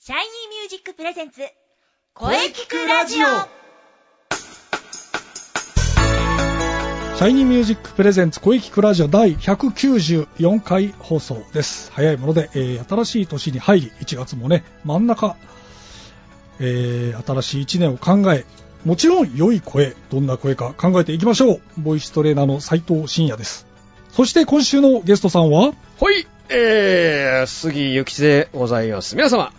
シャイニーミュージックプレゼンツ声聞くラジオシャイニーミュージックプレゼンツ声聞くラジオ第194回放送です。早いもので、えー新しい年に入り、1月もね、真ん中、えー新しい1年を考え、もちろん良い声、どんな声か考えていきましょう。ボイストレーナーの斉藤慎也です。そして今週のゲストさんは、ほい、えー、杉ゆきちでございます。皆様、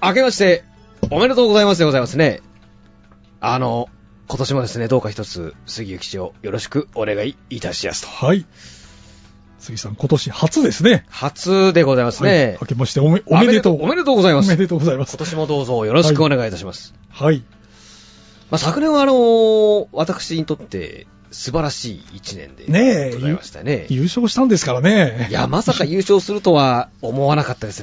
明けまして、おめでとうございますでございますね。あの、今年もですね、どうか一つ、杉ゆきちをよろしくお願いいたしやすと。はい。杉さん、今年初ですね。初でございますはいね。明けましておめおめでとう。おめでとうございます。おめ今でとうございます。年もどうぞよろしくお願いいたします。はい。まあ、昨年はあのー私にとって素晴らしい一年でねえございましたね。優勝したんですからね。いや、まさか優勝するとは思わなかったです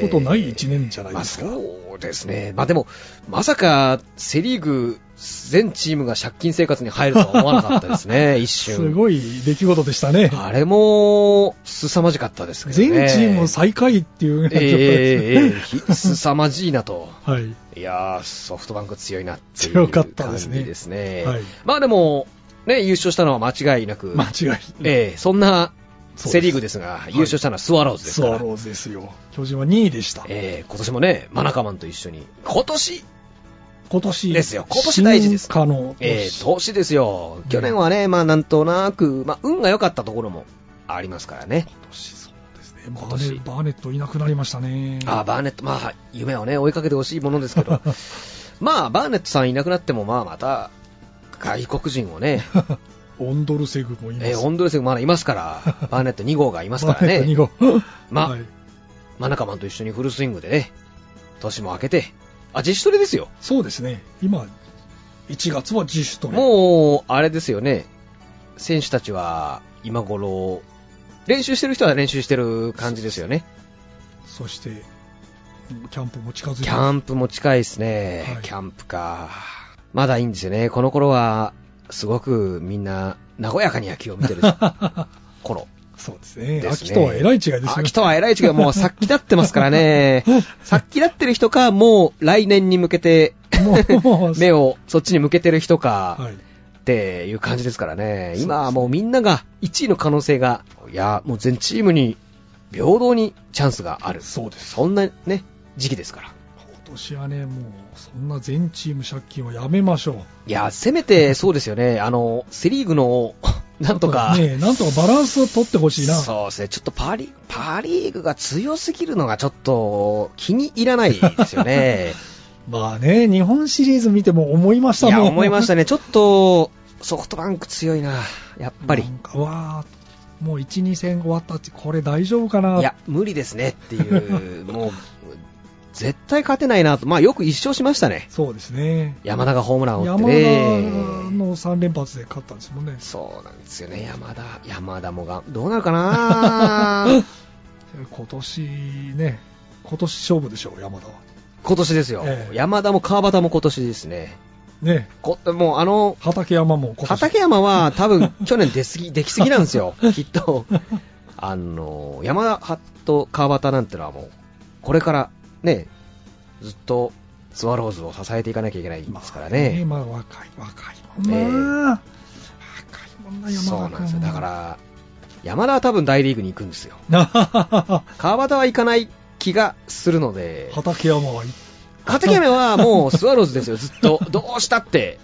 言うことない一年じゃないですかまあそうですね。まあでも、まさかセリーグ全チームが借金生活に入るとは思わなかったで すね、一瞬。すごい出来事でしたね。あれも、凄まじかったですけどね。全チーム最下位っていう状ええ態ええええですね。ひ 凄まじいなと。 はい。いやー、ソフトバンク強いなっていう強かった感ですねじですね。はいまあでも、ね、優勝したのは間違いなく、間違いない。ええそんなそうですセ・リーグですが、優勝したのはスワローズですスから、ワローズですよ。巨人は2位でした。ええ今年もね、マナカマンと一緒に、今年今年。ですよ今年大事です進化の年。えー、投資ですよ。去年はね、まあなんとなく、まあ運が良かったところもありますからね。今年そうですね。バ今ー年ネバーネットいなくなりましたね。あーバーネット、まあ夢をね、追いかけてほしいものですけ ど、まあバーネットさんいなくなっても、まあまた、外国人 をね、オンドルセグもいます。えーオンドレセグまだいますから、バーネット2号がいますからね、バーネット2号。まあはいマナカマンと一緒にフルスイングでね、年も明けて、あ、自主トレですよ。そうですね。今、1月は自主トレ。もう、あれですよね、選手たちは今頃、練習してる人は練習してる感じですよね。そして、キャンプも近づいてキャンプも近いですね、はいキャンプか。まだいいんですよね。この頃は、すごくみんな、和やかに野球を見 てる頃。そうですね。ですね秋とはえらい違いですよね。秋とは偉い違い、もうさっきだってますか らね。さっきだってる人か、もう来年に向けて、もう、もう目をそっちに向けてる人か、はい。っていう感じですからね。今はもうみんなが、1位の可能性が、いや、もう全チームに、平等にチャンスがある。そうです。そんなね、時期ですから。今年はね、もう、そんな全チーム借金はやめましょう。いや、せめてそうですよね、あのセ・リーグの なんとか、ねえなんとかバランスを取ってほしいな。そうですね、ちょっとパ・リーパリーグが強すぎるのがちょっと気に入らないです よね、まあね、日本シリーズ見ても思いましいたもん。や、思いましたね、ちょっとソフトバンク強いな、やっぱりな、んか、わあもう1、2戦終わったって、これ大丈夫かないや、無理ですねっていう、もう絶対勝てないなと、まあ、よく一勝しましたね、そうですね。山田がホームランを打って山田ね。の3連発で勝ったんですもんね。そうなんですよね、山田。山田もが、どうなる かな今年ね、今年勝負でしょう、山田は。今年ですよ、ええ山田も川端も今年ですね、ね、こもうあの畠山も今年。畠山は多分去年出すぎ できすぎなんですよ、きっと、あの山田と川端なんてのはもう、これからね、ずっとスワローズを支えていかなきゃいけないですからね、まあ若い、若いもんな。若いもんな、山田君そうなんですよ、だか。ら、山田は多分大リーグに行くんですよ、川端は行かない気がするので、畠山はいい。畠山はもうスワローズですよ、ずっと、どうしたって。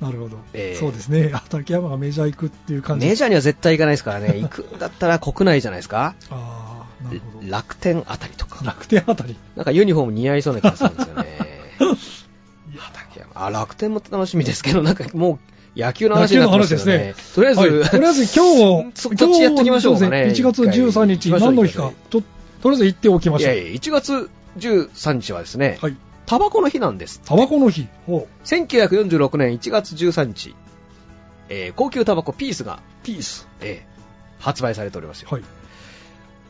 なるほど、ええそうですね、畠山がメジャー行くっていう感じメジャーには絶対行かないですから ね、行くんだったら国内じゃないですか、ああ、なるほど、楽天あたりとか、楽天あたり、なんかユニフォーム似合いそうな気がするんですよ ね、いや畠山あ楽天も楽しみですけど、なんかもう野球の話になってますよ野ね球の話、とりあえず、はいとりあえず今日、 そそっちやっときましょうかね、今日はそうですね1月13日、一回何の日か、ちょとりあえず言っておきまいしょやう、いや、1月13日はですね、はい、タバコの日なんです、タバコの日、ほ1946年1月13日、えー高級タバコピースが、うピース、えー発売されておりますよ。はい、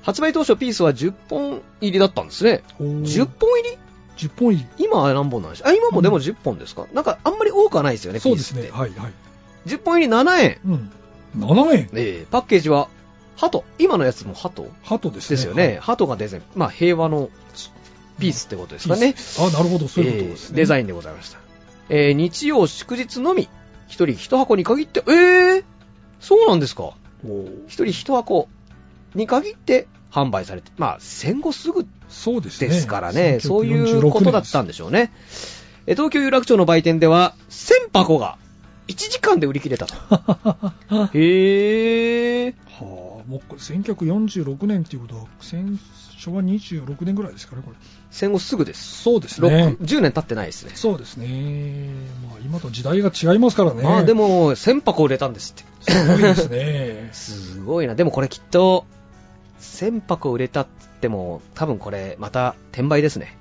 発売当初ピースは10本入りだったんですね。おー10本入り10本入り、今は何本なんでしょうあ、今もでも10本ですか、なんかあんまり多くはないですよね、そうですピね、ースっはい、はい、て。10本入り7円。うん、7円、えーパッケージは、ハト。今のやつもハトハトですね、ですよね。はハトがデザイン。まあ平和のピースってことですかね。あ、なるほど、そういうことですえーね。デザインでございました。えー日曜祝日のみ、一人一箱に限って、えー、そうなんですか。お一人一箱に限って販売されて、まあ戦後すぐそうですね。ですからね、そういうことだったんででしょうね。えー東京有楽町の売店では、1000箱が1時間で売り切れたと。す。は あ、へー。もうこれ1946年っていうことは、戦昭和26年ぐらいですかね、これ。戦後すぐです。そうですね6。10年経ってないですね。そうですね。まあ、今と時代が違いますからね。まあで、も、1000箱売れたんですって。。すごいですね すごいな、でもこれきっと、1000箱売れたって言っても、多分これ、また転売ですね。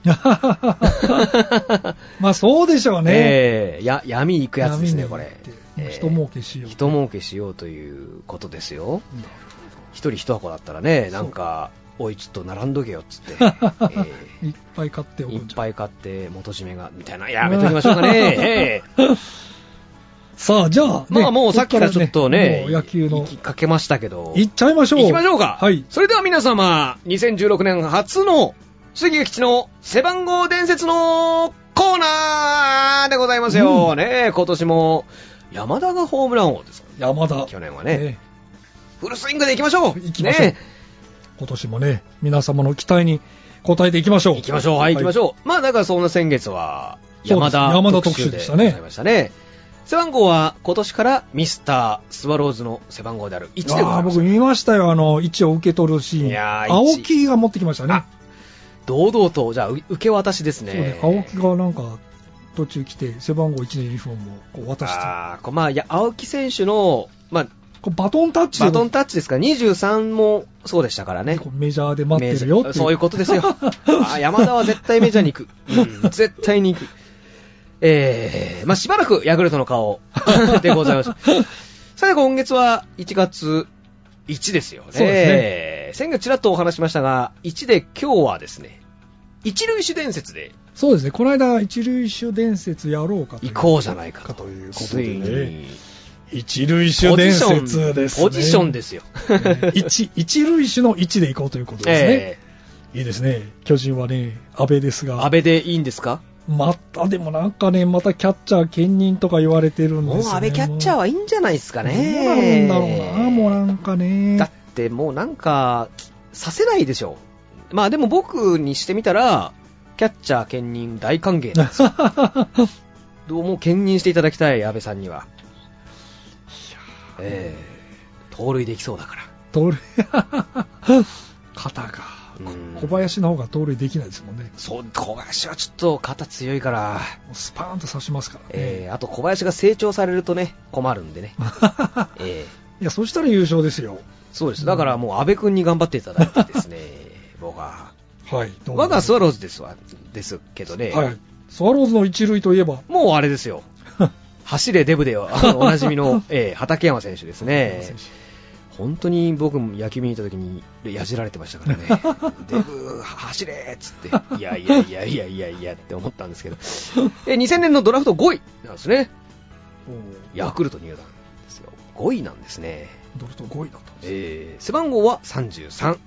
まあ、そうでしょうね。ええや闇行くやつですね、闇こに行れっ。てええ人儲けしよう。人儲けしようということですよ。なる一人一箱だったらね、なんか、おい、ちょっと並んどけよっつって、 えほど いっぱい買っておえくいんっじゃぱんい買って元締めが、みたいな、やめときましょ うかね。ええさあ、じゃあ、ねまあもうさっきからちょっとね、ここからもう野球の行。きかけましたけど。いっちゃいましょう。行きましょうか。はい。それでは皆様、2016年初の杉谷吉の背番号伝説のコーナーでございますよ。うねえ今年も山田がホームラン王ですから。山田。去年はねフルスイングで行きましょう。行きましょうね今年もね、皆様の期待に応えていきましょう。行きましょう。はい、行きましょょう。まあ、だからそんな先月はそうで山す田山田特集特集でしたでごねざいましたね。背番号は今年からミスタースワローズの背番号である1でございああ、ます僕。見ましたよ、あの、位置を受け取るシーン。いやー青木が持ってきましたねあ。堂々と、じゃあ、う受け渡しですね。そうね、青木がなんか、途中来て、背番号1のユニフォームをこう渡して、あーこうまあ、いや青木選手の、まあ、こうバトンタッチでバトンタッチですから、23もそうでしたからね。こうメジャーで待ってるよって。メジャーそういうことですよあー山田は絶対メジャーに行く。うん絶対に行く。えー、まあ、しばらくヤクルト の顔でございました。最後、今月は1月1ですよね。そうですねえー先月ちらっとお話しましたが、1で今日はですね、一塁手伝説で そうですね、この間、一塁手伝説やろうかという行こうじゃないかと。ということつでいね、に、一塁手ポジ伝ション説ですね。ポジションですよ。ね一一塁手の1で行こうということですね。ええいいですね。巨人はね、安倍ですが。安倍でいいんですかまた、でもなんかね、またキャッチャー兼任とか言われてるんですよ、もね。う安倍キャッチャーはいいんじゃないですかかね。どうなるんだろうな、もうなんかね。 だってもうなんか、させないでしょ。まあでも僕にしてみたら、キャッチャー兼任大歓迎なんですどうも兼任していただきたい、安倍さんには。ええ盗塁できそうだから。盗塁、肩が。うん小林の方が盗塁できないですもんね。そう、小林はちょっと肩強いから、もうスパーンと刺しますからね。ええあと小林が成長されるとね、困るんでね。ええ いや、そしたら優勝ですよ。そうです。だからもう安倍君に頑張っていただいてですね、僕 は。はい。どうも我がスワローズですわ、ですけどね。はい。スワローズの一塁といえば、もうあれです よ。走れデブで は、あのおなじみの、えー畠山選手ですね。本当に僕も野球見に行った時に、やじられてましたからね。 デブ、走れっつって。いやいやいやいやいやいやって思ったんですけど。えー、2000年のドラフト5位なんですね。ヤクルト入団ですよ。5位なんですね。ドルト5位だったんです。えー背番号は33。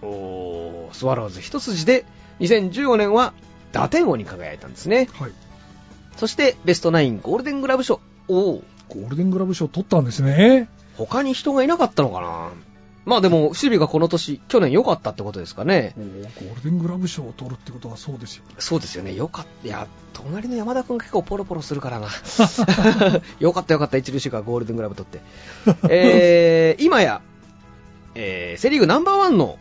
おースワローズ一筋で、2015年は打点王に輝いたんですね。はい。そして、ベストナインゴールデングラブ賞。おーゴールデングラブ賞取ったんですね。他に人がいなかったのかなまあでも、守備がこの年、去年良かったってことですかね。ゴールデングラブ賞を取るってことはそうですよ。そうですよね、良かった。いや、隣の山田君結構ポロポロする からな。良かった良かった、一流手がゴールデングラブ取 って。えー、今や、えー、セリーグナンバーワンの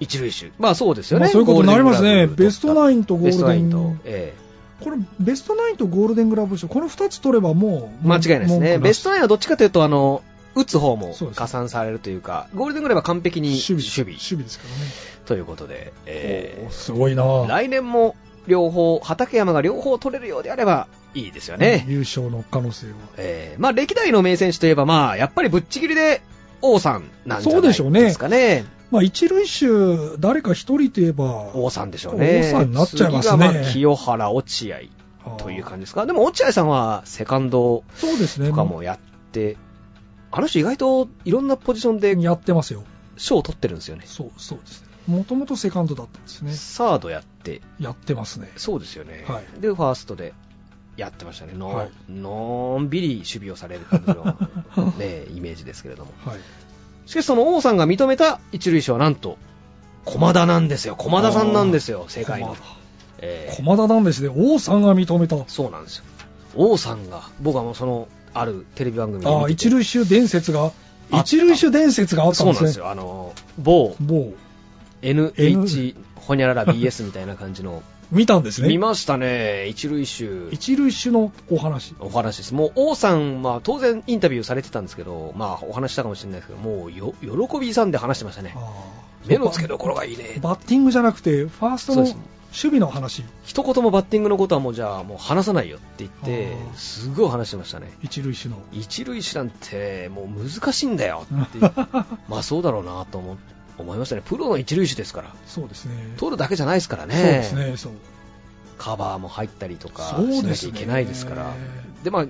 一塁手。まあそうですよね。まあそういうことになりますねゴールデングラブ取ったベストナインとゴールデンベストナインと、えこれ、ベストナインとゴールデングラブ賞、この2つ取ればもーう、間違いないですね。ベストナインはどっちかというと、あの、打つ方もそうです加算されるというか、ゴールデングラブは完璧に守備守備守備ですからね、ということで、えーおーすごいなぁ来年も両方、畠山が両方取れるようであればいいですよね。優勝の可能性は、えーまあ歴代の名選手といえば、まあやっぱりぶっちぎりで王さんなんじゃそうなでいしょうねですかね。まあ、一塁手、誰か1人といえば、王さんでしょうね。王さんになっちゃいますね次がまあ清原、落合という感じですか。でも落合さんはセカンドじそうですね、とかもやって、あの人意外といろんなポジションでやってますよ、賞を取ってるんですよね。そうそうですね、もともとセカンドだったんですね。サードやって、やってますね。そうですよね、はいでファーストでやってましたね、の,、はいのんびり守備をされる感じの、 ね、イメージですけれども、はい。しかし、その王さんが認めた一塁手はなんと、駒田なんですよ、駒田さんなんですよ、世界の駒、田えー駒田なんですね。王さんが認めた。そうなんですよ、王さんが、僕はもうそのあるテレビ番組で見てああ、て一塁手伝説が、あ一塁手伝説があったんそでうなんすでね。すよ、あの某もう、 NH ほにゃらら BS みたいな感じの、見たんです見ね。ましたね、一塁手。一塁手のお話。お話です。もう王さんは当然インタビューされてたんですけど、まあお話したかもしれないですけど、もうよ喜びさんで話してましたね。ああ目の付けどころがいいね。バッティングじゃなくて、ファーストのそうです守備の話、一言もバッティングのことはもうじゃあもう話さないよって言ってあ、ーすごい話してましたね。一塁手の。一塁手なんてもう難しいんだよって言ってまあそうだろうなと思思いましたね。プロの一塁手ですから。 そうですね。取るだけじゃないですからね。そうですね、そう。カバーも入ったりとかそうですねしなきゃいけないですから。でまあ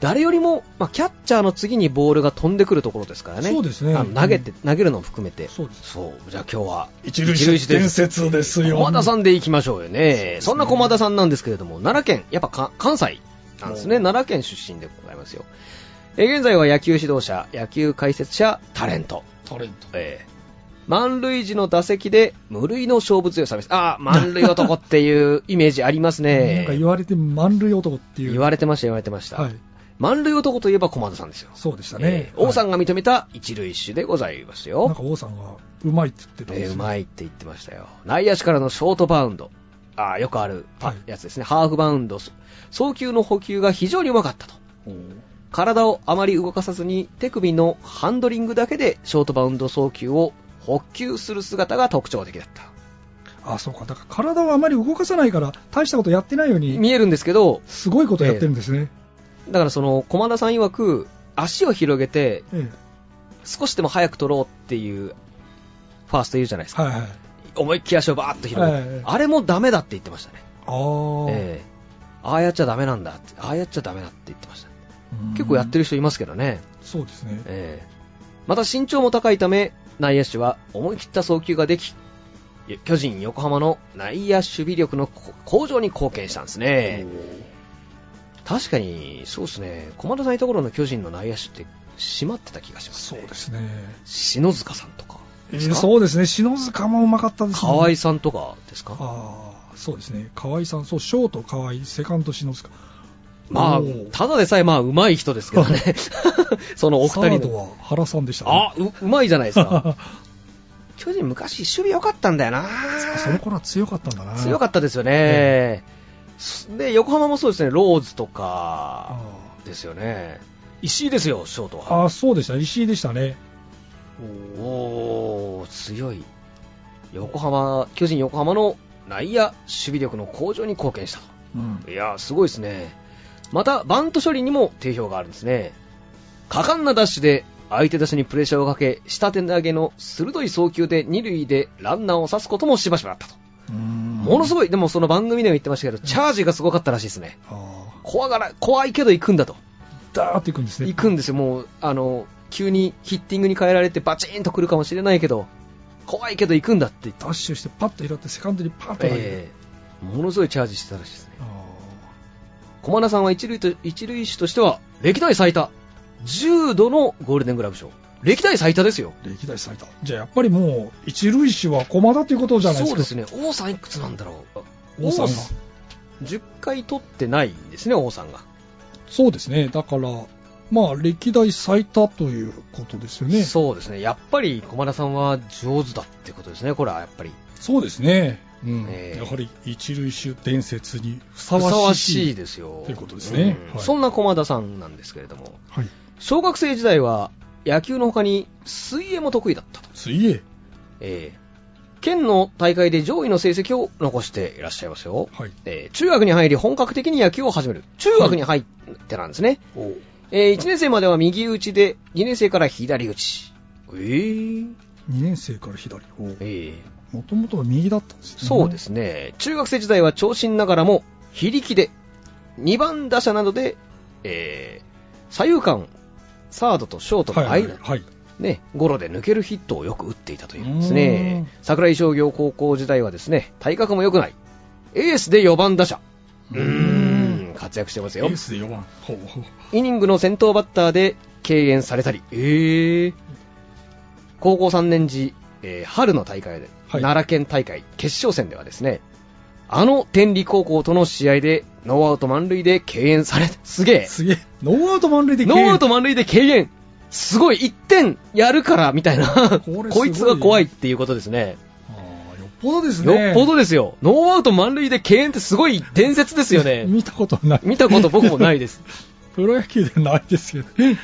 誰よりも、まあ、キャッチャーの次にボールが飛んでくるところですからね、そうですねあの投げて、投げるのも含めて、そうです。そうじゃあ今日は一塁手伝です説ですよ。駒田さんでいきましょうよね、そんな駒田さんなんですけれども、奈良県、やっぱか関西なんですね、おう奈良県出身でございますよ、えー現在は野球指導者、野球解説者、タレント、タレント。えー満塁時の打席で無類の勝負強さです、ああ、満塁男っていうイメージありますね、なんか言われて満塁男っていう。言われてました、言われてました。はい。満塁男といえば駒田さんですよ。そうでしたねえ。ー王さんんが認めた一塁手でございますなんよか。王さんがうまいって言ってたんでえすーようまいって言ってましたよ。内野手からのショートバウンド。あーよくあるパはいやつですね。ハーフバウンド。そ送球の補給が非常にうまかったと。おー体をあまり動かさずに手首のハンドリングだけでショートバウンド送球を補給する姿が特徴的だった。あ、そうか。だから体をあまり動かさないから、大したことやってないように、見えるんですけど、すごいことやってるんですね。だからその駒田さん曰く足を広げてえ少しでも早く取ろうっていうファースト言うじゃないですえか。はいはい。思いっきり足をバーッと広げて、ええあれもダメだって言ってましたね。あーええああやっちゃダメなんだって、ああやっちゃダメだって言ってました。うん結構やってる人いますけどね。そうですね。ええまた身長も高いため、内野手は思い切った送球ができ、巨人、横浜の内野守備力の向上に貢献したんですね。確かに、そうですね、駒田さんいた頃の巨人の内野手って締まってた気がします、そね。うですね。篠塚さんとかえですか。ーそうですね。篠塚もうまかったですね。河合さんとかですかああ、そうですね。河合さん、そう、ショート河合、セカンド篠塚。まあおー、ただでさえまあ、うまい人ですけどね。 そのおサ二ー人ドの。は原さんでした、ね。あ、う、うまいじゃない ですか。 あ巨人昔、守備良かったんだよな。その頃は強かったんだな。強かっったですよね。で、横浜もそうですね、ローズとか、あですよね。石井ですよ、ショートーは。あー、そうでした。石井でしたね。おー、強い。横浜、巨人横浜の内野守備力の向上に貢献したと。うん。いやー、すごいですね。また、バント処理にも定評があるんですね。果敢なダッシュで、相手打者にプレッシャーをかけ、下手投げの鋭い送球で二塁でランナーを刺すこともしばしばあったと。ものすごい。ごい、でもその番組でも言ってましたけど、チャージがすごかったらしいですね。ああ、怖がら、怖いけど行くんだと。ダーっていくんですね。行くんですよ、もう、あの、急にヒッティングに変えられてバチーンと来るかもしれないけど、怖いけど行くんだって言ってダッシュして、パッと拾って、セカンドにパッと投げる。ええものすごいチャージしてたらしいですね。あ駒田さんは一塁と一塁手としては歴代最多10度のゴールデングラブ賞歴代最多ですよー歴代最多。じゃあ、やっぱりもう、一塁手は駒田ということじゃないですそうか。ですね王さんいくつなんだろうあ王さんが10回取ってないんですね王さんが、そうですね。だから、まあ、歴代最多ということですよね。そそうですねやっぱり駒田さんは上手だってことですねこれはやっぱりうですね。うんええやはり、一塁手伝説にふさふさわわししいい。ですよということですねうんはいそんな駒田さんなんですけれどもはい。小学生時代は野球の他に水泳も得意だったと水泳。ええ県の大会で上位の成績を残していらっしゃいますよ、はい。えー中学に入り本格的に野球を始める。中学に入ってなんですね。え1年生までは右打ちで、2年生から左打ち。えー、 2年生から左。えーもともとは右だったんですね。そうですね。中学生時代は長身ながらも、非力で、2番打者などで、えー左右間、サードとショートの間、はいはい、はい。ね、ゴロで抜けるヒットをよく打っていたというんですね。桜井商業高校時代はですね、体格も良くない。エースで4番打者。うーん、活躍してますエよー。スで4番。ほうほうイニングの先頭バッターで敬遠されたり。えー高校3年時、えー春の大会で、はい奈良県大会決勝戦ではですね、あの天理高校との試合でノーアウト満塁で敬遠された。すげえ。すげえ。ノーアウト満塁でノーアウト満満塁で敬遠すごい !1 点やるからみたいな。これすごこいいつが怖いっていうことですね。あーよっぽどですね。よっぽどですよ。ノーアウト満塁で敬遠ってすごい伝説ですよ ね。見たことない。見たこと僕もないです。 プロ野球でないですよね。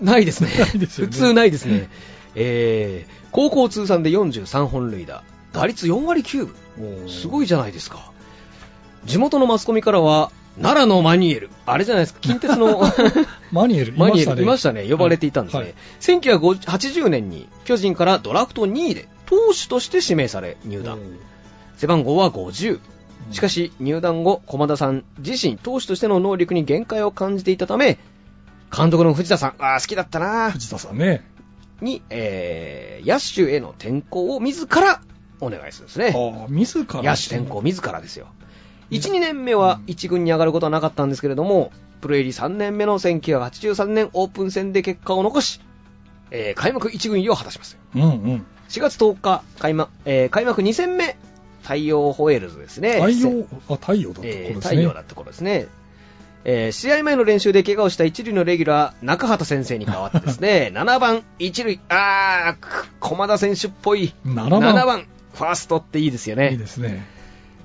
ないですね。ないですよね普通ないですね。えー、高校通算で43本塁打。打率4割9分。すごい。いじゃないですか。地元のマスコミからは、奈良のマニエル。あれじゃないですか、近鉄 の。マニエル、いマまニしエたルね。いましたね、呼ばれていたんですね、はい1980年に巨人からドラフト2位で投手として指名され入団、背番号は50、しかし、し入団後、駒田さん自身、投手としての能力に限界を感じていたため、監督の藤田さん、ああ、好きだったなー藤田さんね。に、えー、野手への転向を自らお願いするんですね。ああ、自ら。野手転向自らですようん1、2年目は1軍に上がることはなかったんですけれどもプロ入り3年目の1983年オープン戦で結果を残し、えー開幕1軍入りを果たしますうんうん。 4月10日開,、まえー開幕2戦目太陽ホエールズですね太せ陽、あ、太陽だったところえですー太ね。陽だった頃ですねえー試合前の練習で怪我をした一塁のレギュラー、中畑先生に代わってで すね、7番、一塁、あー、く駒田選手っぽい、 7番7番、ファーストっていいですよね。いいですね。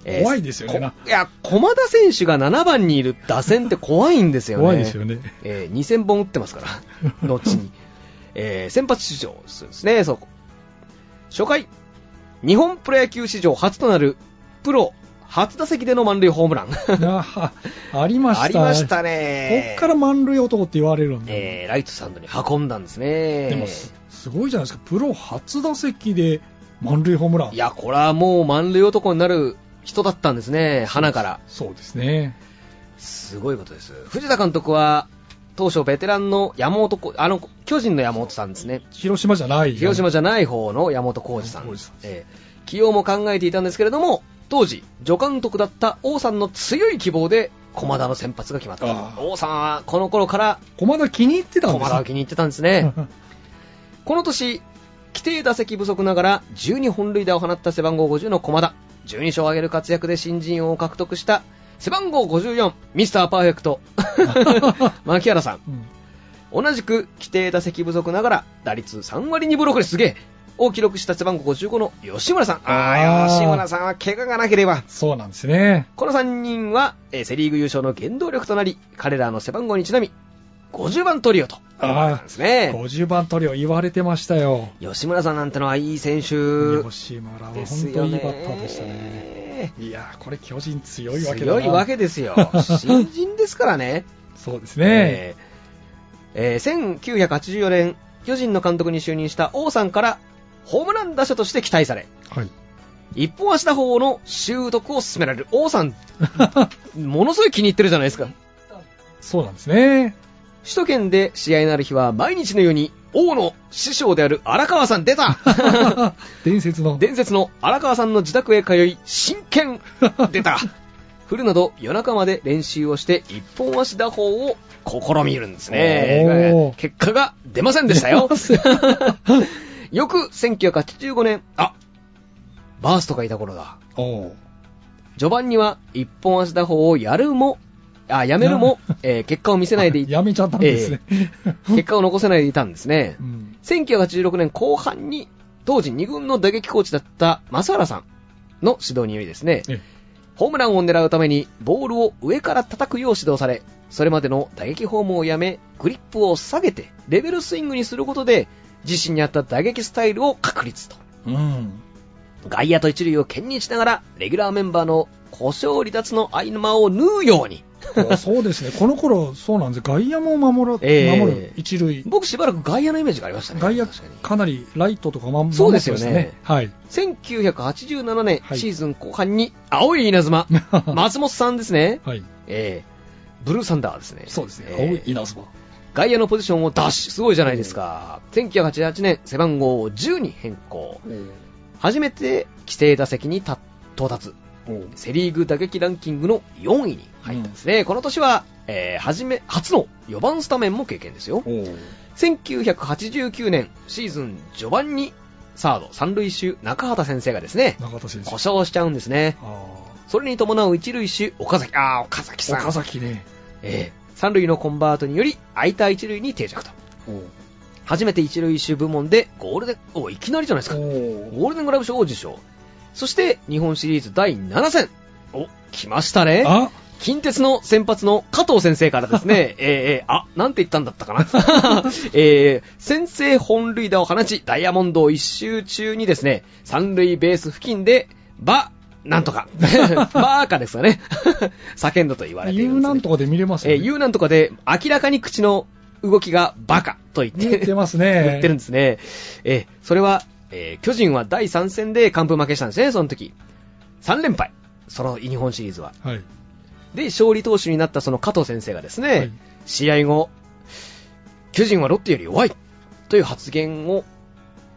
えー怖いですよねなこいや、駒田選手が7番にいる打線って怖いんですよね。怖いですよね。 えー2000本打ってますから、後に。えー先発出場するんですね、そこ。初回、日本プロ野球史上初となるプロ初打席での満塁ホームラン。ああありました。ありましたね。こっから満塁男って言われるんで。えーライトスタンドに運んだんですね。でもす、すごいじゃないですか。プロ初打席で満塁ホームラン。いや、これはもう満塁男になる人だったんですね、花から。そうですね。すごいことです。藤田監督は、当初ベテランの山本こ、あの、巨人の山本さんですね。広島じゃない。広島じゃない方の山本浩二さん。山本浩二さんえー起用も考えていたんですけれども、当時、助監督だった王さんの強い希望で、駒田の先発が決まっああた。王さんはこの頃から駒田気に入ってたんで駒す田をね気に入ってたんですね。この年、規定打席不足ながら12本塁打を放った背番号50の駒田。12勝を挙げる活躍で新人王を獲得した背番号54、ミスターパーフェク ト。牧原さん。うん同じく規定打席不足ながら打率3割2分6厘すげえを記録した背番号55の吉村さん。ああーあ、吉村さんは怪我がなければ。そうなんですね。この3人は、えーセリーグ優勝の原動力となり、彼らの背番号にちなみ、50番トリオと。あですあ、ね。 50番トリオ言われてましたよ。吉村さんなんてのはいい選手吉村は本です当よにいいね。バッターでしたね。いやー、これ巨人強いわけだな強いわけですよ。新人ですからね。そうです ね。えーえー1984年、巨人の監督に就任した王さんから、ホームラン打者として期待され、はい。一本足打法の習得を進められる。王 さん、ものすごい気に入ってるじゃないですか。そうなんです ね。首都圏で試合のある日は、毎日のように、王の師匠である荒川さん出た伝説の。伝説の荒川さんの自宅へ通い、真 剣出た降るなど夜中まで練習をして一本足打法を試みるんでおすねー。結果が出ませんでした 出よません。よく1985年、あバーストがいた頃だ。おう序盤には一本足打法をやるも、あ、やめ るも、えー結果を見せないでい、やめちゃったんですね。結果を残せないでいたんですね う。ん1986年後半に、当時2軍の打撃コーチだった正原さんの指導によりですね、えホームランを狙うためにボールを上から叩くよう指導され、それまでの打撃フォームをやめ、グリップを下げて、レベルスイングにすることで、自身に合った打撃スタイルを確立と。うん。外野と一塁を兼任しながら、レギュラーメンバーの故障離脱の合間を縫うように。そうですね。この頃、そうなんです。外野も守る、ええ守る一塁。僕しばらく外野のイメージがありましたね。外野確かにかなりライトとかまんそうですよね守ってましたね1987年、はいシーズン後半に青い稲妻、松本さんですね、 はい。はい。えーブルーサンダーですね。そうですね。えー青い稲妻。外野のポジションを奪取、すごいじゃないですか。1988年、背番号を10に変更。初めて規定打席にた到達。セ・リーグ打撃ランキングの4位に入ったんですね、この年は、えー、初め初の4番スタメンも経験ですよ、1989年シーズン序盤にサード三塁手中畑先生がですね中田選手故障しちゃうんですねあそれに伴う一塁手岡崎あー岡崎ーさん岡崎ねえー三塁のコンバートにより空いた一塁に定着と初めて一塁手部門でゴールデンおいきなりじゃないですかゴールデングラブ賞を受賞そして日本シリーズ第7戦お来ましたねあ近鉄の先発の加藤先生からで すね、えーえーあ、なんて 言ったんだったかな。えー先制本塁打を放ち、ダイヤモンドを一周中にですね、三塁ベース付近で、ば、なん とか、ばーかですかね、 叫んだと言われている言んうです、なね。んとかで見れますえよーね言うなんとかで、明らかに口の動きがバカと言っ見えてて、ます言ねってるんですね。えーそれは、えー巨人は第3戦で完封負けしたんですね、その時。3連敗。その日本シリーズは。はいで、勝利投手になったその加藤先生がですね、はい試合後、巨人はロッテより弱いという発言を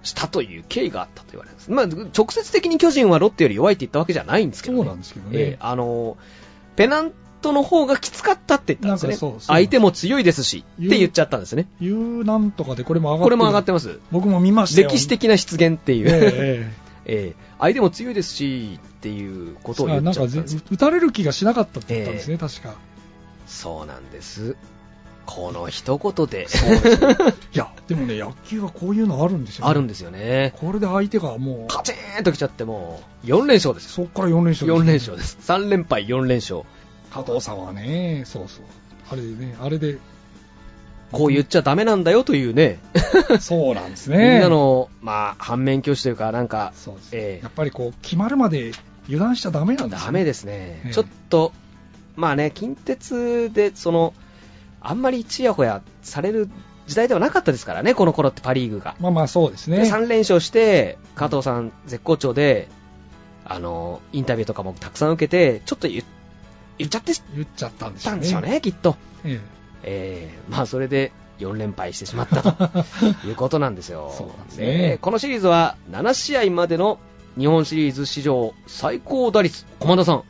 したという経緯があったと言われます。まあ、直接的に巨人はロッテより弱いって言ったわけじゃないんですけど、ね、そうなんですけどねえーあのーペナントの方がきつかったって言ったんですね。なんかそうそう相手も強いですしって言っちゃったんですね。言うなんとかでこれも上がってるこれも上がってます。僕も見ましたよ歴史的な失言っていう、ええええ えー相手も強いですしっていうことを言あっなんちゃかったんぜですよ打たれる気がしなかったって言ったんですね、確か。そうなんです。この一言で、いや、でもね、野球はこういうのあるんですよ、ね。あるんですよね。これで相手がもカう、チーンときちゃってもう、4連勝ですよ。そこから4連勝4連勝です。3連敗4連勝。加藤さんはね、そうそう。あれでね、あれ で、こう言っちゃダメなんだよというね、そうなんですみんね。なの、まあ、反面教師というか、なんか、そうです、ええやっぱりこう、決まるまで油断しちゃダメなんですダメでですね。ええちょっと、まあね、近鉄で、その、あんまりちやほやされる時代ではなかったですからね、この頃ってパ・リーグが。まあまあ、そうですでね。 3連勝して、加藤さん絶好調で、あの、インタビューとかもたくさん受けて、ちょっと言言っちゃって言っちゃったんでしょたうね。んでしょうね、きっと。ええーまあそれで4連敗してしまっ たということなんですよ。そうなんですねこのシリーズは7試合までの日本シリーズ史上最高打率、駒田さん、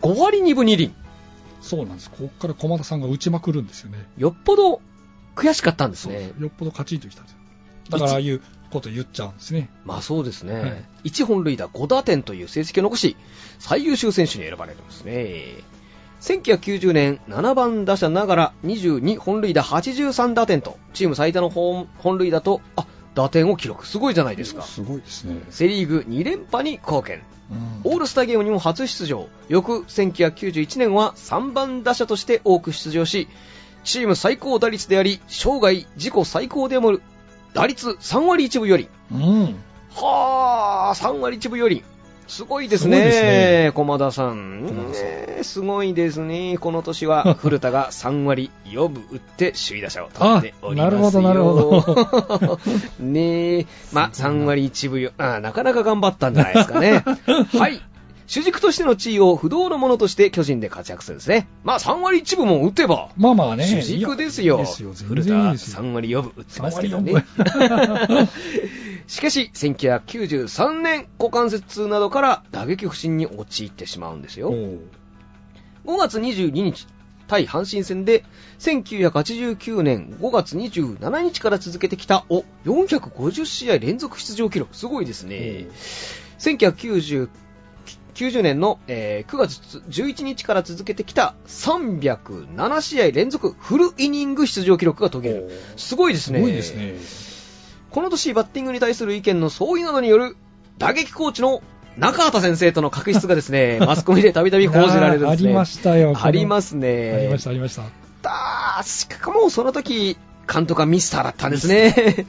5割2分2厘。えそうなんです。ここから駒田さんが打ちまくるんですよね。よっぽど悔しかったんですそうね。よっぽどカチンときたんですよ。だから、ああいうこと言っちゃうんですね。まあそうですね。はい1本塁打5打点という成績を残し、最優秀選手に選ばれるんですね。1990年7番打者ながら22本塁打83打点と、チーム最多の本本塁打と、あ、打点を記録。すごいじゃないですか。すごいですね。セ・リーグ2連覇に貢献うんオールスターゲームにも初出場翌1991年は3番打者として多く出場しチーム最高打率であり生涯自己最高でもある打率3割1分よりうん。はあ3割1分よりすごいですすごいですねね駒田さん駒田さんねえすごいですねこの 年は古田が3割4分打って首位打者を取っておりますよあなるほどなるほど ねえまあ3割1分よあなかなか頑張ったんじゃないです かねはい主軸としての地位を不動のものとして巨人で活躍するんですねまあ3割1分も打てばまあまあね。主軸ですよ。いやいいですよ古全田然いいですよ。 3割4分打ってますけどね3割。しかし、1993年、股関節痛などから打撃不振に陥ってしまうんですよ。5 おう月22日、対阪神戦で、1989年5月27日から続けてきた、お、450試合連続出場記録。すごいですね。1990 90年の、えー9月11日から続けてきた307試合連続フルイニング出場記録が途切れる。すごいですすね。ごいですね。この年バッティングに対する意見の相違などによる打撃コーチの中畑先生との確執がです ね、マスコミでたびたび報じられるんですね。ありましたよ。このありますね。ありました、ありました。た。しかもその時、監督はミスターだったんですね。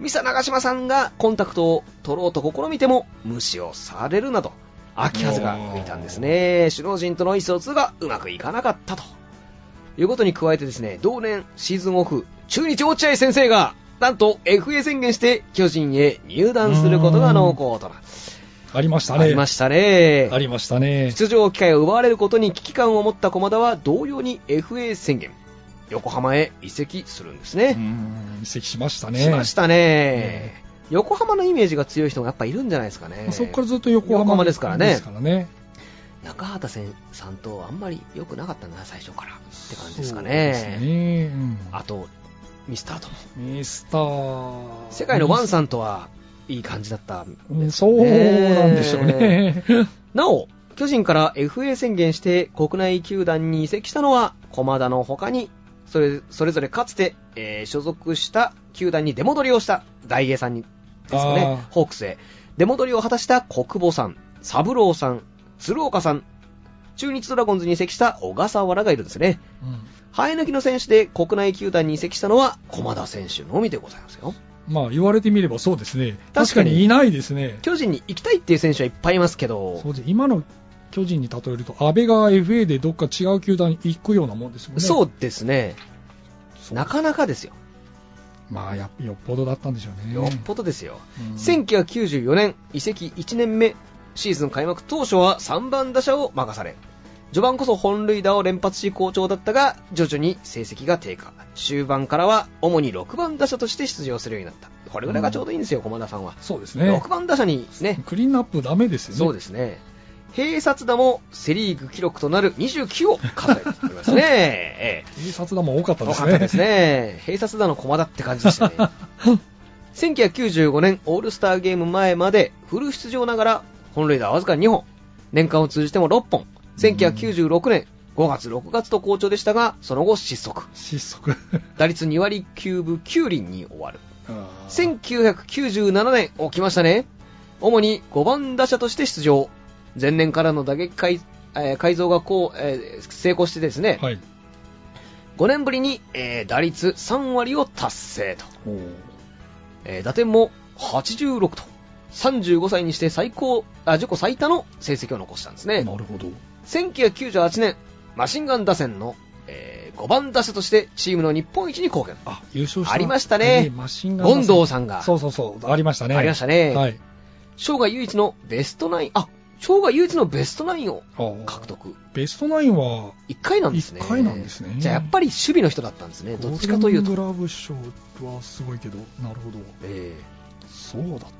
ミスター長嶋さんがコンタクトを取ろうと試みても無視をされるなど、秋風が吹いたんですね。首脳陣との意思疎通がうまくいかなかったと。いうことに加えてですね、同年シーズンオフ、中日落合先生が、なんと FA 宣言して巨人へ入団することが濃厚となありましたね。ありましたね。ありましたね。出場機会を奪われることに危機感を持った駒田は同様に FA 宣言横浜へ移籍するんですね。うん移籍しましたね。しましたね、横浜のイメージが強い人がやっぱいるんじゃないですかね。まあそこからずっと横浜横浜ですからねですからね。中畑せんさんとあんまり良くなかったんだな、最初からって感じですかそうね。ですねうんあと、ミスターとも。ミスター。世界のワンさんとはいい感じだった、うんそうなんでしょうね。なお、巨人から FA 宣言して国内球団に移籍したのは、駒田の他に、それそれぞれかつて、えー所属した球団に出戻りをした大栄さんにですよねあ、ホークスへ。出戻りを果たした小久保さん、三郎さん、鶴岡さん、中日ドラゴンズに移籍した小笠原がいるんですね。生え抜きの選手で国内球団に移籍したのは駒田選手のみでございますよ。まあ言われてみればそうですね。確確かかににいないですね。巨人に行きたいっていう選手はいっぱいいますけど、そうです今の巨人に例えると、安倍が FA でどっか違う球団に行くようなもんですもんね。そうですね。そうなかなかですよ。まあやっよっぽどだったんでしょうね。よっぽどですよ。うん1994年、移籍1年目、シーズン開幕当初は3番打者を任され、序盤こそ本塁打を連発し好調だったが、徐々に成績が低下。終盤からは主に6番打者として出場するようになった。これぐらいがちょうどいいんですよ、駒田さんは。そうですね6。番打者にね、クリーンアップダメですよね。そうですね。併殺打もセ・リーグ記録となる29を数えておりますね。ええ警察だもん多かった多ですかね。ったですね。併殺打の駒だって感じで したね。1995年オールスターゲーム前までフル出場ながら本塁打はわずか2本。年間を通じても6本。1996年5月6月と好調でしたが、その後失速。失 速。打率2割9分9厘に終わる。あー1997年起きましたね。主に5番打者として出場。前年からの打撃改,、えー改造がこう、えー成功してですね、はい。 5年ぶりに、えー打率3割を達成と。おーえー打点も86と35歳にして最高あ自己最多の成績を残したんですねなるほど。 1998年マシンガン打線の、え5番打者としてチームの日本一に貢献あ、優勝した。ありましたねえーマシンガン権藤さんがそうそうそう、ありましたね。ありましたねはい。生涯唯一のベストナインあ生涯唯一のベストナインをあー獲得ベストナインは、 1回なんですね一回なんですねじゃあやっぱり守備の人だったんですねどっちかというゴールデンと、グラブ賞はすごいけど、なるほど。えそうだったんだ。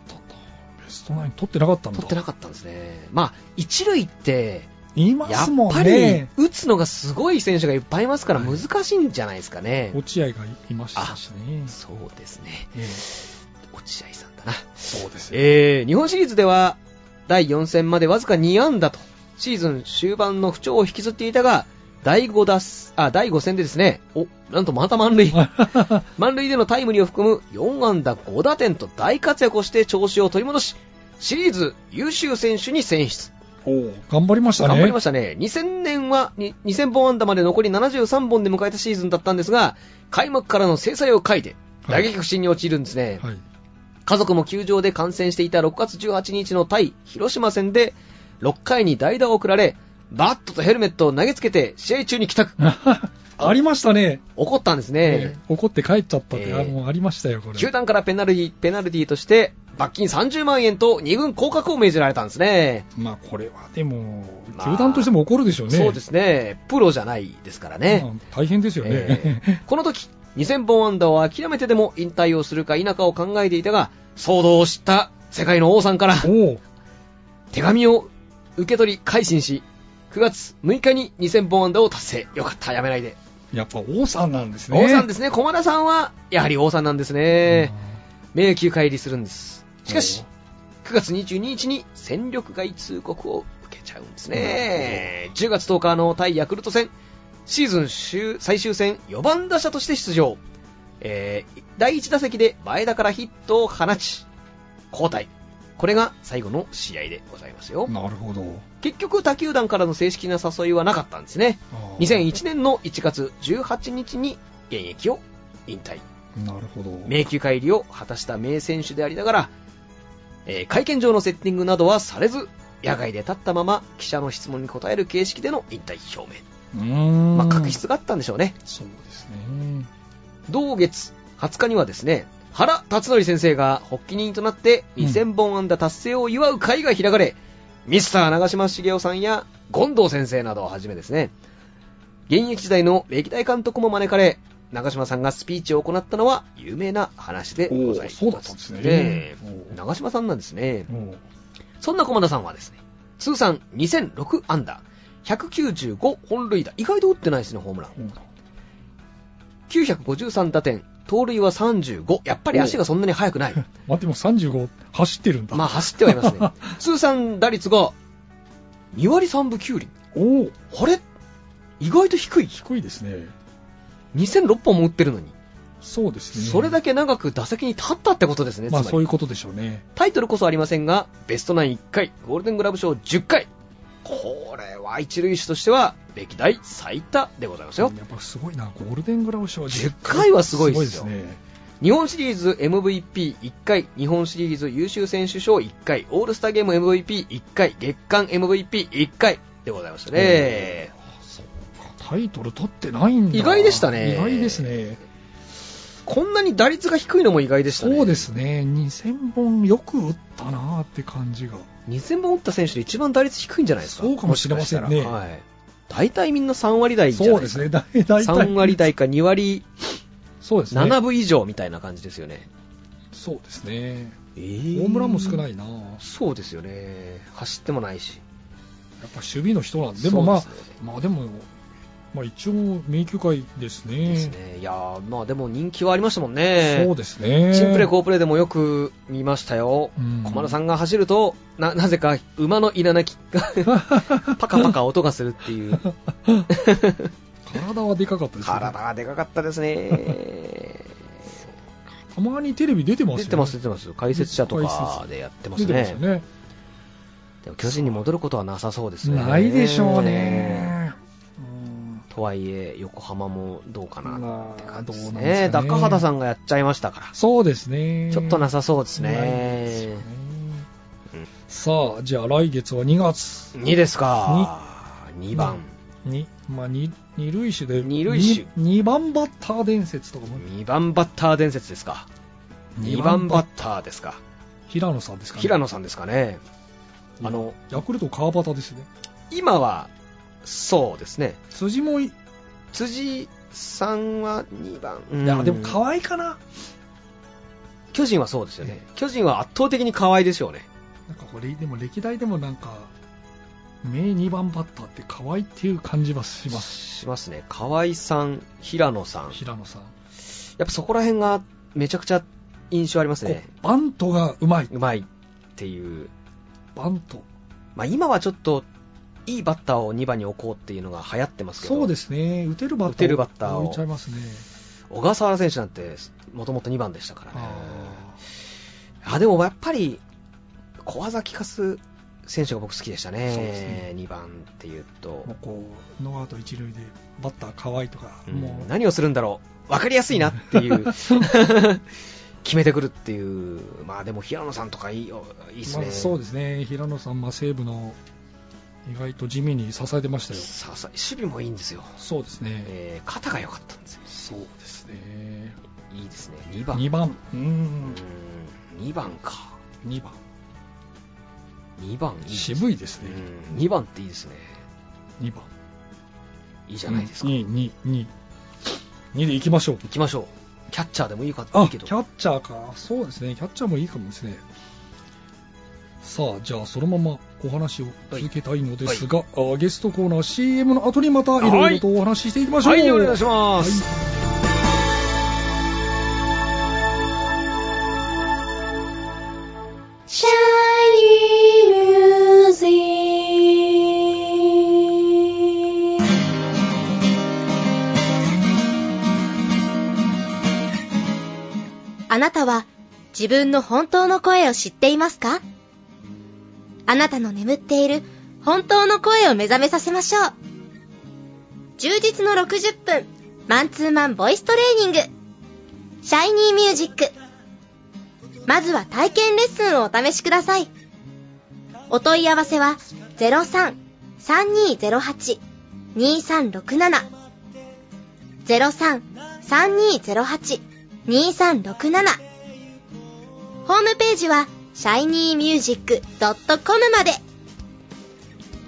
ベストナイン取ってなかったんーだ。取ってなかったんですねまあ一塁っていまやすもっぱんりね。打つのがすごい選手がいっぱいいますからはい難しいんじゃないですかね、落合がいましたしね。そうですね。ええ落合さんだな。そうですよ。えー、日本シリーズでは、第4戦までわずか2安打と、シーズン終盤の不調を引きずっていたが、第5打す、あ、第5戦でですね、お、なんとまた満塁。 満塁でのタイムリーを含む4安打5打点と大活躍をして調子を取り戻し、シリーズ優秀選手に選出。おう頑張りましたね。頑張りましたね。2000年は、に2000本安打まで残り73本で迎えたシーズンだったんですが、開幕からの制裁を書いて、打撃不振に陥るんですね。はい。家族も球場で観戦していた6月18日の対広島戦で、6回に代打を送られ、バットとヘルメットを投げつけて試合中に帰宅。 ありましたね、怒ったんですね。怒って帰っちゃったって、ええあもうありましたよ、これ。球団からペナルティペナルティとして、罰金30万円と2軍降格を命じられたんですね。まあ、これはでも、まあ球団としても怒るでしょうね。そうですね。プロじゃないですからね。まあ大変ですよね。えーこの時2000本安打を諦めてでも引退をするか否かを考えていたが騒動を知った世界の王さんから おう手紙を受け取り改心し9月6日に2000本安打を達成よかったやめないで、やっぱ王さんなんですね。王さんですすね駒田さんはやはり王さんなんですね、迷宮乖離するんですしかし9月22日に戦力外通告を受けちゃうんですね10月10日の対ヤクルト戦シーズン終最終戦4番打者として出場、えー第1打席で前田からヒットを放ち交代これが最後の試合でございますよなるほど。結局他球団からの正式な誘いはなかったんですねあー2001年の1月18日に現役を引退なるほど。迷宮帰りを果たした名選手でありながら、えー会見場のセッティングなどはされず野外で立ったまま記者の質問に答える形式での引退表明、うーん。まあ、確執があったんでしょうねそうですね。同月20日にはですね原辰徳先生が発起人となってうん2000本安打達成を祝う会が開かれ、ミスター長嶋茂雄さんや権藤先生などをはじめですね現役時代の歴代監督も招かれ、長嶋さんがスピーチを行ったのは有名な話でございます。おーそうだったんですねおー長嶋さんなんですね。うんそんな駒田さんはですね、通算2006安打、195本塁打、意外と打ってないですね、ホームラン。うん953打点、盗塁は35、やっぱり足がそんなに速く ない。待って、もう35走ってるんだ。まあ走ってはいま すね。通算打率が2割3分9厘。おお、あれ意外と低い。低いですね。 2006本も打ってるのに。そうですね。それだけ、け長く打席に立ったってことですね、つままあり。そういうことでしょうね。タイトルこそありませんが、ベストナイン1回、ゴールデングラブ賞10回。これは一塁手としては歴代最多でございますやよっ。ぱすごいな、ゴールデングラブ賞10回はすごいですよごいですね。日本シリーズ MVP1 回、日本シリーズ優秀選手賞1回、オールスターゲーム MVP1 回、月間 MVP1 回でございましたね。タイトル取ってないんだ。意外でしたね意外ですね。こんなに打率が低いのも意外でしたね。そうで。すね。2000本よく打ったなーって感じが。 2000本打った選手で一番打率低いんじゃないですかそうかもしれませんねもしかしたらはい。大体みんな3割台じゃなそういでですすね。か。だい大体。 3割。台か2割そうですね。 7分以上みたいな感じですよね。そうですね。ホホー。ームランも少ないいなやそうですよね。走ってもないし。っぱ守備の人なんで。でもまあそうですね、まあでも、まあ一応、名球会ですね。ですね。いやーまあでも人気はありましたもんね。そうですね。チンプレー、好プレーでもよく見ましたよ。うん駒田さんが走ると、な、なぜか馬のいな なきがパカパカ音がするっていう。体はでかかったですね。体がでかかったですね。たまにテレビ出てますよね。出てます、出てます。解説者とかでやってます出てね。ますよね。でも巨人に戻ることはなさそうですね。ないでしょうね。うんとはいえ、横浜もどうかなって感じですまあどうなんね。ですかね高畑さんがやっちゃいましたから。そうですね。ちょっとなさそうですないですよねね。さあ、じゃあ来月は2月2ですか。2番。に、まあ、に二塁手で、二塁手2番バッター伝説とかも、 2番バッター伝説ですか。2番バッターですか。平野さんですかね。平野さんですかね。あの、ヤクルト川端ですね。今は、そうですね。辻もい、い辻さんは2番。うや、んでも河合かな。巨人はそうですよねえ。巨人は圧倒的に河合でしょうね。なんかこれ、でも歴代でもなんか、名2番バッターって河合っていう感じはします。しますね。河合さん、平野さん。平野さん。やっぱそこら辺がめちゃくちゃ印象ありますね。バントがうまい。うまいっていう。バント。まあ今はちょっと、いいバッターを2番に置こうっていうのが流行ってますけど、そうですね。打てるバッターを。打てるバッターを置いちゃいますね。小笠原選手なんて、もともと2番でしたからね。ああでもやっぱり、小崎かす選手が僕好きでしたね。そうですね2番っていうとーもう、こう、ノーアウト一塁で、バッター河合とか、うんもう、何をするんだろう、分かりやすいなって いう、決めてくるっていう、まあでも平野さんとかいいよいいっすね。まあそうですね。平野さん、まあ、西武の、意外と地味に支えてましたよ。さあさあ守備もいいんですよ。そうですね。えー肩が良かったんですよ。そうですね。いいですね。2番。 2番。う。うんん2番か。 2番。 2番いいですね。渋いですね。うん2番っていいですね。 2番。いいじゃないですか。 2、2、2。2でいきましょう。行きましょう。キャッチャーでもいいかいあ、いキけャど。ッチャーか。そうですね。キャッチャーもいいかもですね。さあ、じゃあ、そのままお話を続けたいのですが、あゲストコーナー CM の後にまたいろいろとお話ししていきましょう。はい、お願いします。 Shiny music. あなたは自分の本当の声を知っていますかあなたの眠っている本当の声を目覚めさせましょう。充実の60分、マンツーマンボイストレーニング。シャイニーミュージック。まずは体験レッスンをお試しください。お問い合わせは03-3208-2367 03-3208-2367ホームページは shinymusic.com まで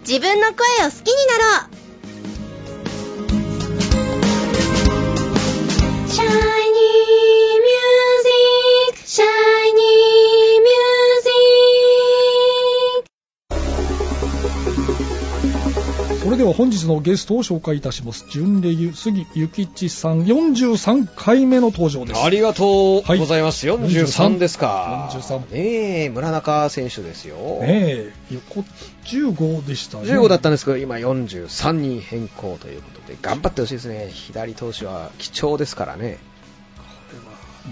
自分の声を好きになろう本日のゲストを紹介いたします準レギュ杉ゆきちさん43回目の登場ですありがとうございます、はい43ですか43ねえ村中選手ですよ、ねえ横15でしたね15だったんですけど今43に変更ということで頑張ってほしいですね左投手は貴重ですからね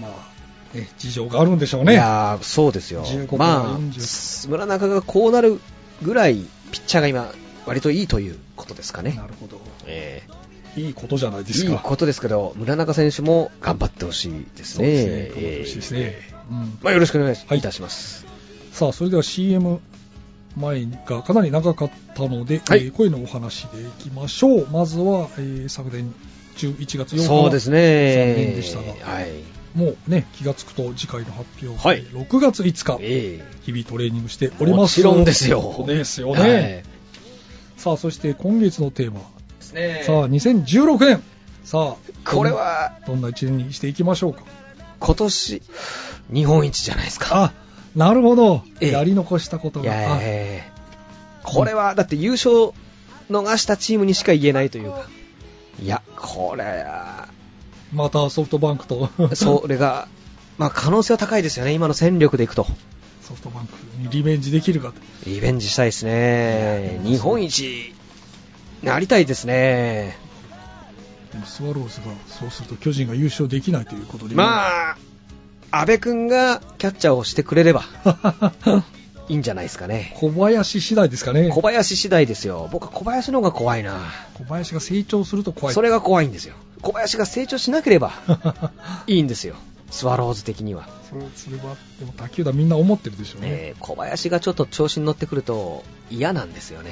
まあ、ね、事情があるんでしょうねいやーそうですよ15からま40あ村中がこうなるぐらいピッチャーが今割といいということですかねなるほどええいいことじゃないですかいいことですけど村中選手も頑張ってほしいですそうねですね頑張ってほしいですねええうんまあ、よろしくお願いしはいいたします、さあそれでは CM 前がかなり長かったので、はいえー恋のお話でいきましょうまずは、えー昨年11月8日そうですね残念でしたがはい、もうね気がつくと次回の発表がはい6月5日、え日々トレーニングしてえおりますもちろんですよですよね、はいさあそして今月のテーマ、ですねさあ2016年さあこれはどんな一年にしていきましょうか今年日本一じゃないですかあなるほど、ええやり残したこといがやいあやいやこれはだって優勝逃したチームにしか言えないというかいやこれはまたソフトバンクと それがまあ可能性は高いですよね今の戦力でいくと ソフトバンクにリベンジできるかとリベンジしたいですね日本一なりたいですねでもスワローズがそうすると巨人が優勝できないということでまあ阿部君がキャッチャーをしてくれればあいいんじゃないですかね 小林次第ですかね小林次第ですよ僕は小林の方が怖いな小林が成長すると怖い それが怖いんですよ小林が成長しなければいいんですよスワローズ的には、それそれはでも他球団みんな思ってるでしょうね、えー小林がちょっと調子に乗ってくると嫌なんですよね、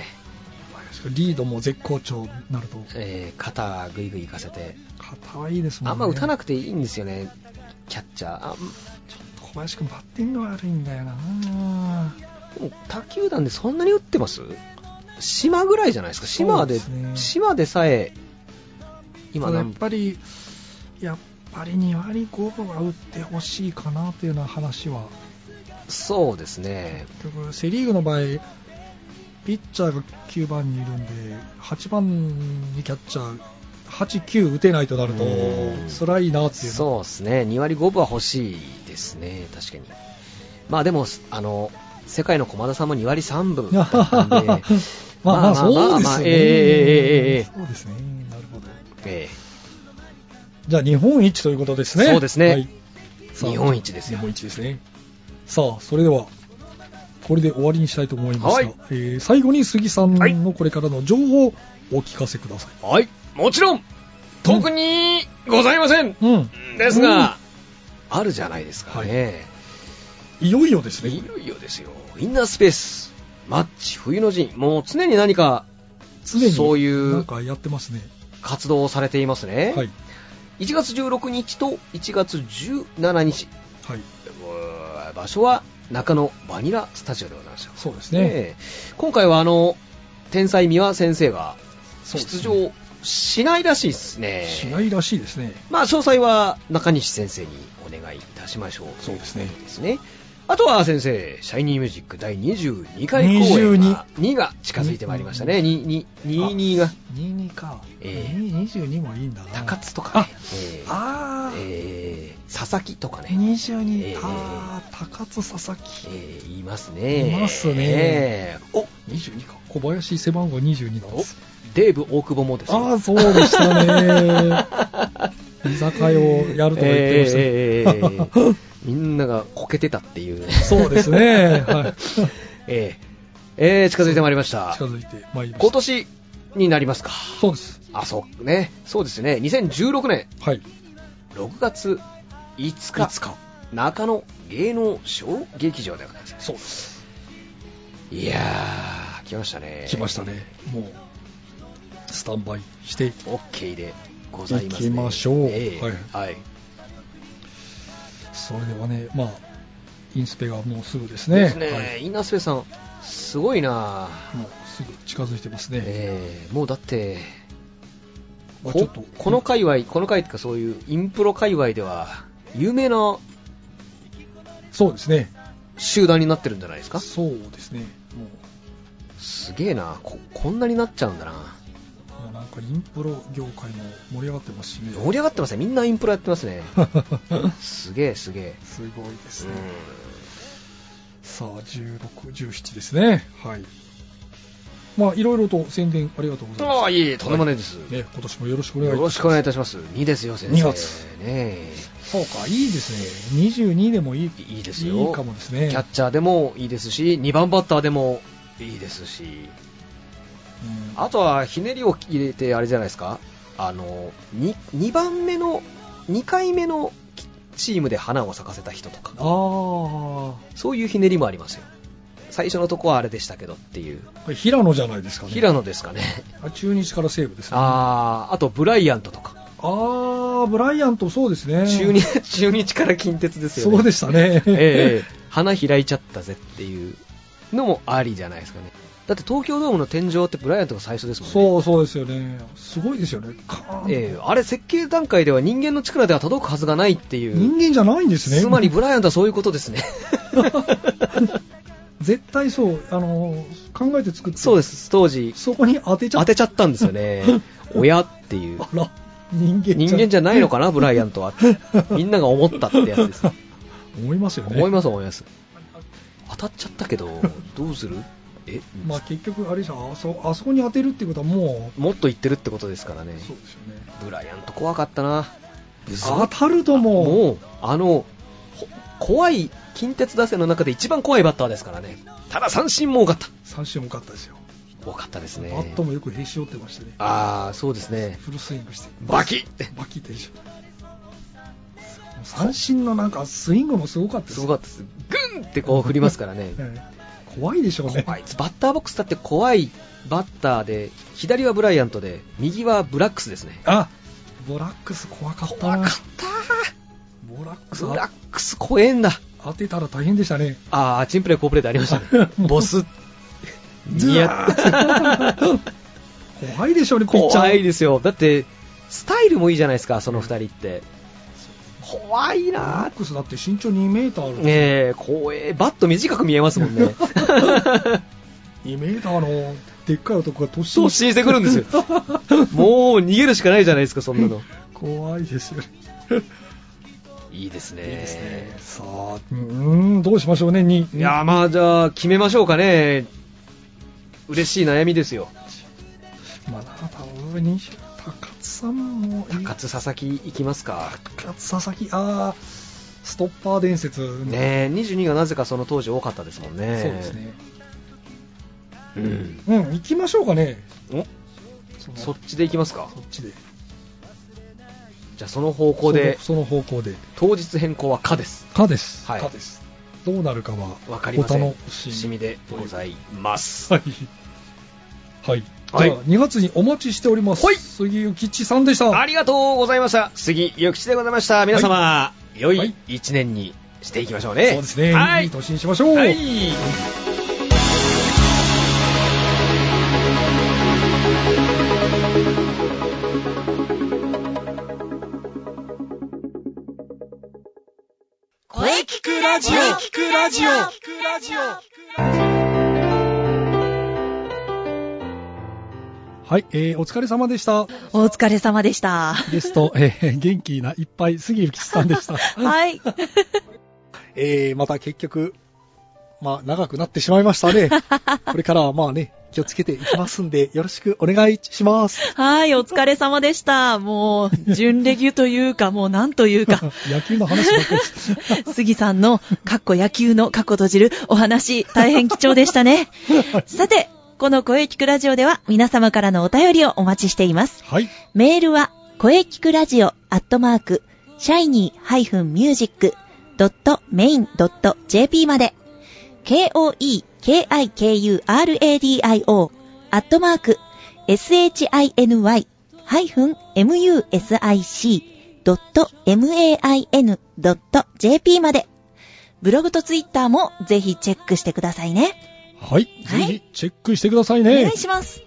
小林がリードも絶好調になるとえー肩ぐいぐい行かせて肩はいいですもんねあんま打たなくくていいんですよねキャッチャーあん小林君バッティング悪いんだよなでも他球団でそんなに打ってます島ぐらいじゃないですか島でそうですね島でさえ今ただやっ何ぱりやっぱり2割5分は打ってほしいかなというような話はそうですね結局セ・リーグの場合ピッチャーが9番にいるんで8番にキャッチャー89打てないとなるとうん辛いなっていうそうですね、2割5分は欲しいですね、確かに。まあでも、あの世界の駒田さんも2割3分だった んで、まあまあそうですよね、ええええええええそうですねなるほどえじゃあ日本一ということですねそうですねはいえさあ日本一です日よ。本一ですねさあそれではこれで終わりにしたいと思いますが、はいえー最後に杉さんはいのこれからの情報をお聞かせください、はい、もちろん、特にございません、うんですが、あるじゃないですかね、いよいよですねい、よいよですよ、インナースペース、マッチ冬の陣、もう常に何か常にそういうなんかやってますね。活動をされていますね。はい。 1月16日と1月17日、はい。えー場所は中野バニラスタジオでございました。そうですね。ええ今回はあの、天才三輪先生がそうです出ね場しないらしいですね。しないらしいですね。まあ、詳細は中西先生にお願いいたしましょう。そうですねということですね。あとは先生、シャイニーミュージック第22回公演が、2が近づいてまいりましたね。2、2、2、2が、 22か。ええ二十22もいいんだな。高津とかね。ええあー、ええ佐々木とかね。え22、えあー、高津佐々木。えー、いますね。いますねえーお22か。小林背番号22なんおです。デーブ大久保もですよあー、そうでした ね。居酒屋をやるとか言ってましたね。えーえーえーえーみんながこけてたっていう、そうですね。はい。 えーえー近づいてまいりました近。づいてまいりま今した。年になりますか。そうです。あ、そうね。そうですね。2016年はい。 6月5日、 5日中野芸能小劇場でございます。そうです。いやー、来ましたね。来ましたね。もう、スタンバイしてオッケーでございます、ね。行きましょうえーはい。それではね、まあ、インスペがもうすぐですね。ですね、はいインナースペースさん、すごいな、もうすぐ近づいてますね。えーもうだって、まあここの、界隈、この界っていうか、そういうインプロ界隈では、有名なそうですね。集団になってるんじゃないですか、そうですね。もすげえなこ、こんなになっちゃうんだな、なんかインプロ業界も盛り上がってますしね盛り上がってますねみんなインプロやってますねすげえ すげえすごいですうね、んさあ1617ですねはいまあいろいろと宣伝ありがとうございあまあいえいえとんでもないです、すね今年もよろしくお願いよいたろししくお願いいたします2ですよ先生二月ねますそうかいいですね22でもいいえいいですよいいかもですねキャッチャーでもいいですし2番バッターでもいいですしうんあとはひねりを入れてあれじゃないですかあの 2, 2番目の2回目のチームで花を咲かせた人とかあーそういうひねりもありますよ最初のとこはあれでしたけどっていうこれ平野じゃないですかね平野ですかねあ中日から西武ですねあーあとブライアントとかあーブライアントそうですね中日中日から近鉄ですよねそうでしたねええ花開いちゃったぜっていうのもありじゃないですかねだって東京ドームの天井ってブライアントが最初ですもんねそうそうですよねすごいですよねカーンとええあれ設計段階では人間の力では届くはずがないっていう人間じゃないんですねつまりブライアントはそういうこと ですね絶対そうあの考えて作ってそうです当時そこに当てちゃ当っててちゃったんですよ ね親っていうあら人間じゃ人間じゃないのかなブライアントはってみんなが思ったってやつです 思いますよね思います思います当たっちゃったけどどうするえ、まあ結局あれでしょあそあそこに当てるってことはももっと言ってるってことですからねうそうですよねブライアント怖かったな当たるともうもうあのほ怖い近鉄打線の中で一番怖いバッターですからねただ三振も多かった三振多かったですよ多かったですねバットもよくへし折ってましたねああそうですねフルスイングしてバキッバキってでしょ三振のなんかスイングもすごかったですすごかったですグンってこう振りますから ねええ怖いでしょうね怖いバッターボックスだって怖いバッターで左はブライアントで右はブラックスですねあボラックス怖かった怖かっボラックたスブラックス怖えんだ当てたら大変でしたねああチンプレー好プレーでありましたね ボスずわー 怖いでしょうねピッチャー怖いですよだってスタイルもいいじゃないですかその2人って怖いボラなックスだって身長2メーターあるんですよねえ怖えバット短く見えますもん ね2メーターのでっかい男が突進 突進してくる んですよもう逃げるしかないじゃないですかそんなの怖いですよねいいですねいいですねさあうーんどうしましょうねにいやーまあじゃあ決めましょうかね嬉しい悩みですよまあただ俺に高津さんもいい高津佐々木いきますか高津佐々木ああストッパー伝説ねえ22がなぜかその当時多かったですもんねそうですねうんうん行きましょうかねおそのそっちでいきますかそっちでじゃあその方向でそのその方向で当日変更は「か」ですかです、はいかですどうなるかはわかりませんお楽しみしみでございますはいはい、はいじゃあ2月にお待ちしております、はい杉ゆきちさんでしたありがとうございました杉ゆきちでございました皆様、良はいい一年にしていきましょうねそうですね、、はいいい、年にしましょう、はい、声聞くラジオ聞くラジオ聞くラジオはいえーお疲れ様でしたお疲れ様でした。ゲスト、えー元気ないっぱい杉ゆきちさんで した、はい。えーまた結局まあ長くなってしまいました ねこれからはまあね気をつけていきますんでよろしくお願いしますはい、お疲れ様でした。もう、準レギュというか、もうなんというか、 野球の話ばっかりです杉さんの、かっこ野球のかっこ閉じるお話、大変貴重でしたね。さて、この声聞くラジオでは、皆様からのお便りをお待ちしています。はいメールは、声聞くラジオアットマーク、シャイニー -music.main.jp まで、k-o-e-k-i-k-u-r-a-d-i-o アットマーク、shiny-music.main.jp まで、ブログとツイッターもぜひチェックしてくださいね。はい、はいぜひチェックしてくださいおね願いします。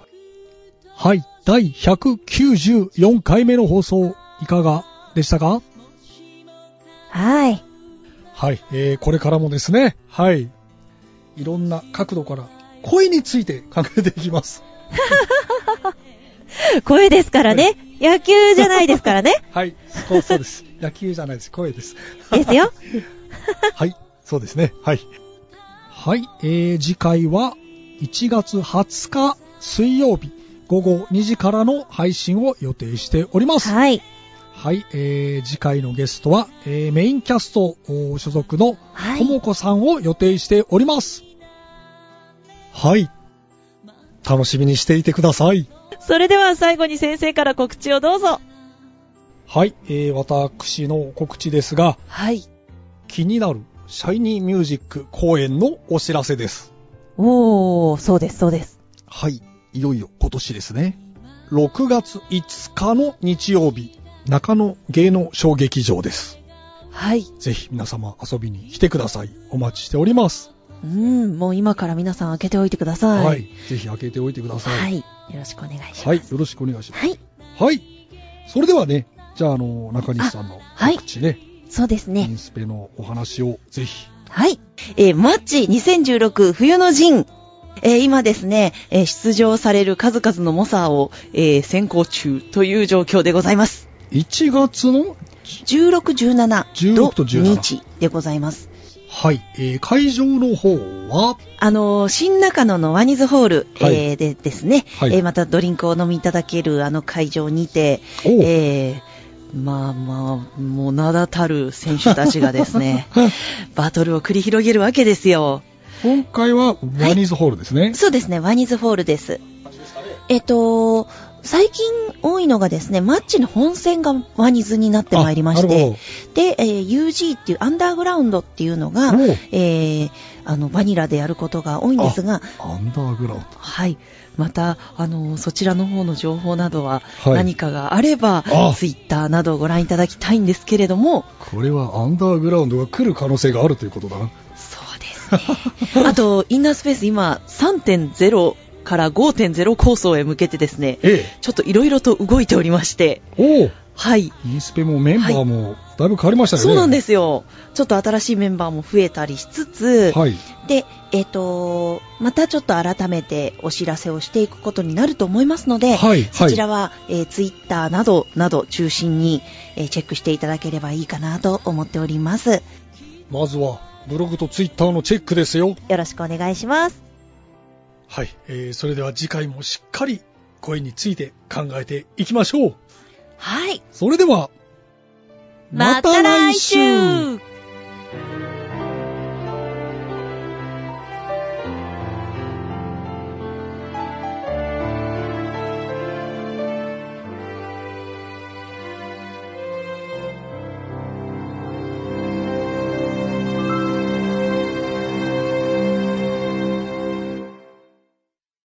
はい、第194回目の放送、いかがでしたかはい。はい、えー、これからもですね、はい、いろんな角度から声について考えていきます。声ですからね。野球じゃないですからね。 はい、そうそうです。 野球じゃないです。声です。ですよ。はい、そうですね。はい。はい、えー、次回は1月20日水曜日午後2時からの配信を予定しております。はい、はい。えー、次回のゲストは、えーメインキャストお所属のはともい。こさんを予定しております。はい、楽しみにしていてください。それでは最後に先生から告知をどうぞ。はい、えー、私の告知ですが、はい。気になるシャイニーミュージック公演のお知らせです。おー、そうです、そうです。はい、いよいよ今年ですね。6月5日の日曜日、中野芸能小劇場です。はい。ぜひ皆様遊びに来てください。お待ちしております。うん、もう今から皆さん開けておいてください。はい。ぜひ開けておいてください。はい、よろしくお願いします。よろしくお願いします。はい。はい。それではね、じゃあ、あの、中西さんのはい告知ね、そうですイね。ンスペのお話をぜひ。はい。えーマッチ2016冬の陣。えー今ですね、えー出場される数々の猛者を、えー先行中という状況でございます。 1月の16、17 16と土17日でございます。はい、えー会場の方 は、あのー新中野のワニズホール、はいえーでですね、はいえーまたドリンクをお飲みいただけるあの会場にて、おうえーまあまあ、もう名だたる選手たちがです ね、バトルを繰り広げるわけですよ。今回はワニズホールですね。そうですね、ワニズホールです。えっと、最近多いのがですね、マッチの本戦がワニズになってまいりましあなるほて、で、えー UG っていうアンダーグラウンドっていうのが、おうえーあの、バニラでやることが多いんですが、アンダーグラウンド。はい。また、あの、そちらの方の情報などは、はい何かがあれば、あツイッターなどをご覧いただきたいんですけれども、これはアンダーグラウンドが来る可能性があるということだな。そうです ね。あと、インナースペース今、3.0から5.0構想へ向けてですね、えちょっといろいろと動いておりまして、え。おおはい。インスペもメンバーもだいぶ変わりましたよね。。そうなんですすよ。ちょっと新しいメンバーも増えたりしつつ、はい。で、えっ、と、またちょっと改めてお知らせをしていくことになると思いますので、はい。そちらはは、えツイッター Twitter などなど中心に、えーチェックしていただければいいかなと思っております。い。まずは、ブログとツイッターのチェックですよ。よろしくお願いします。はい。えー、それでは次回もしっかり声について考えていきましょう。はい。それでは、また来週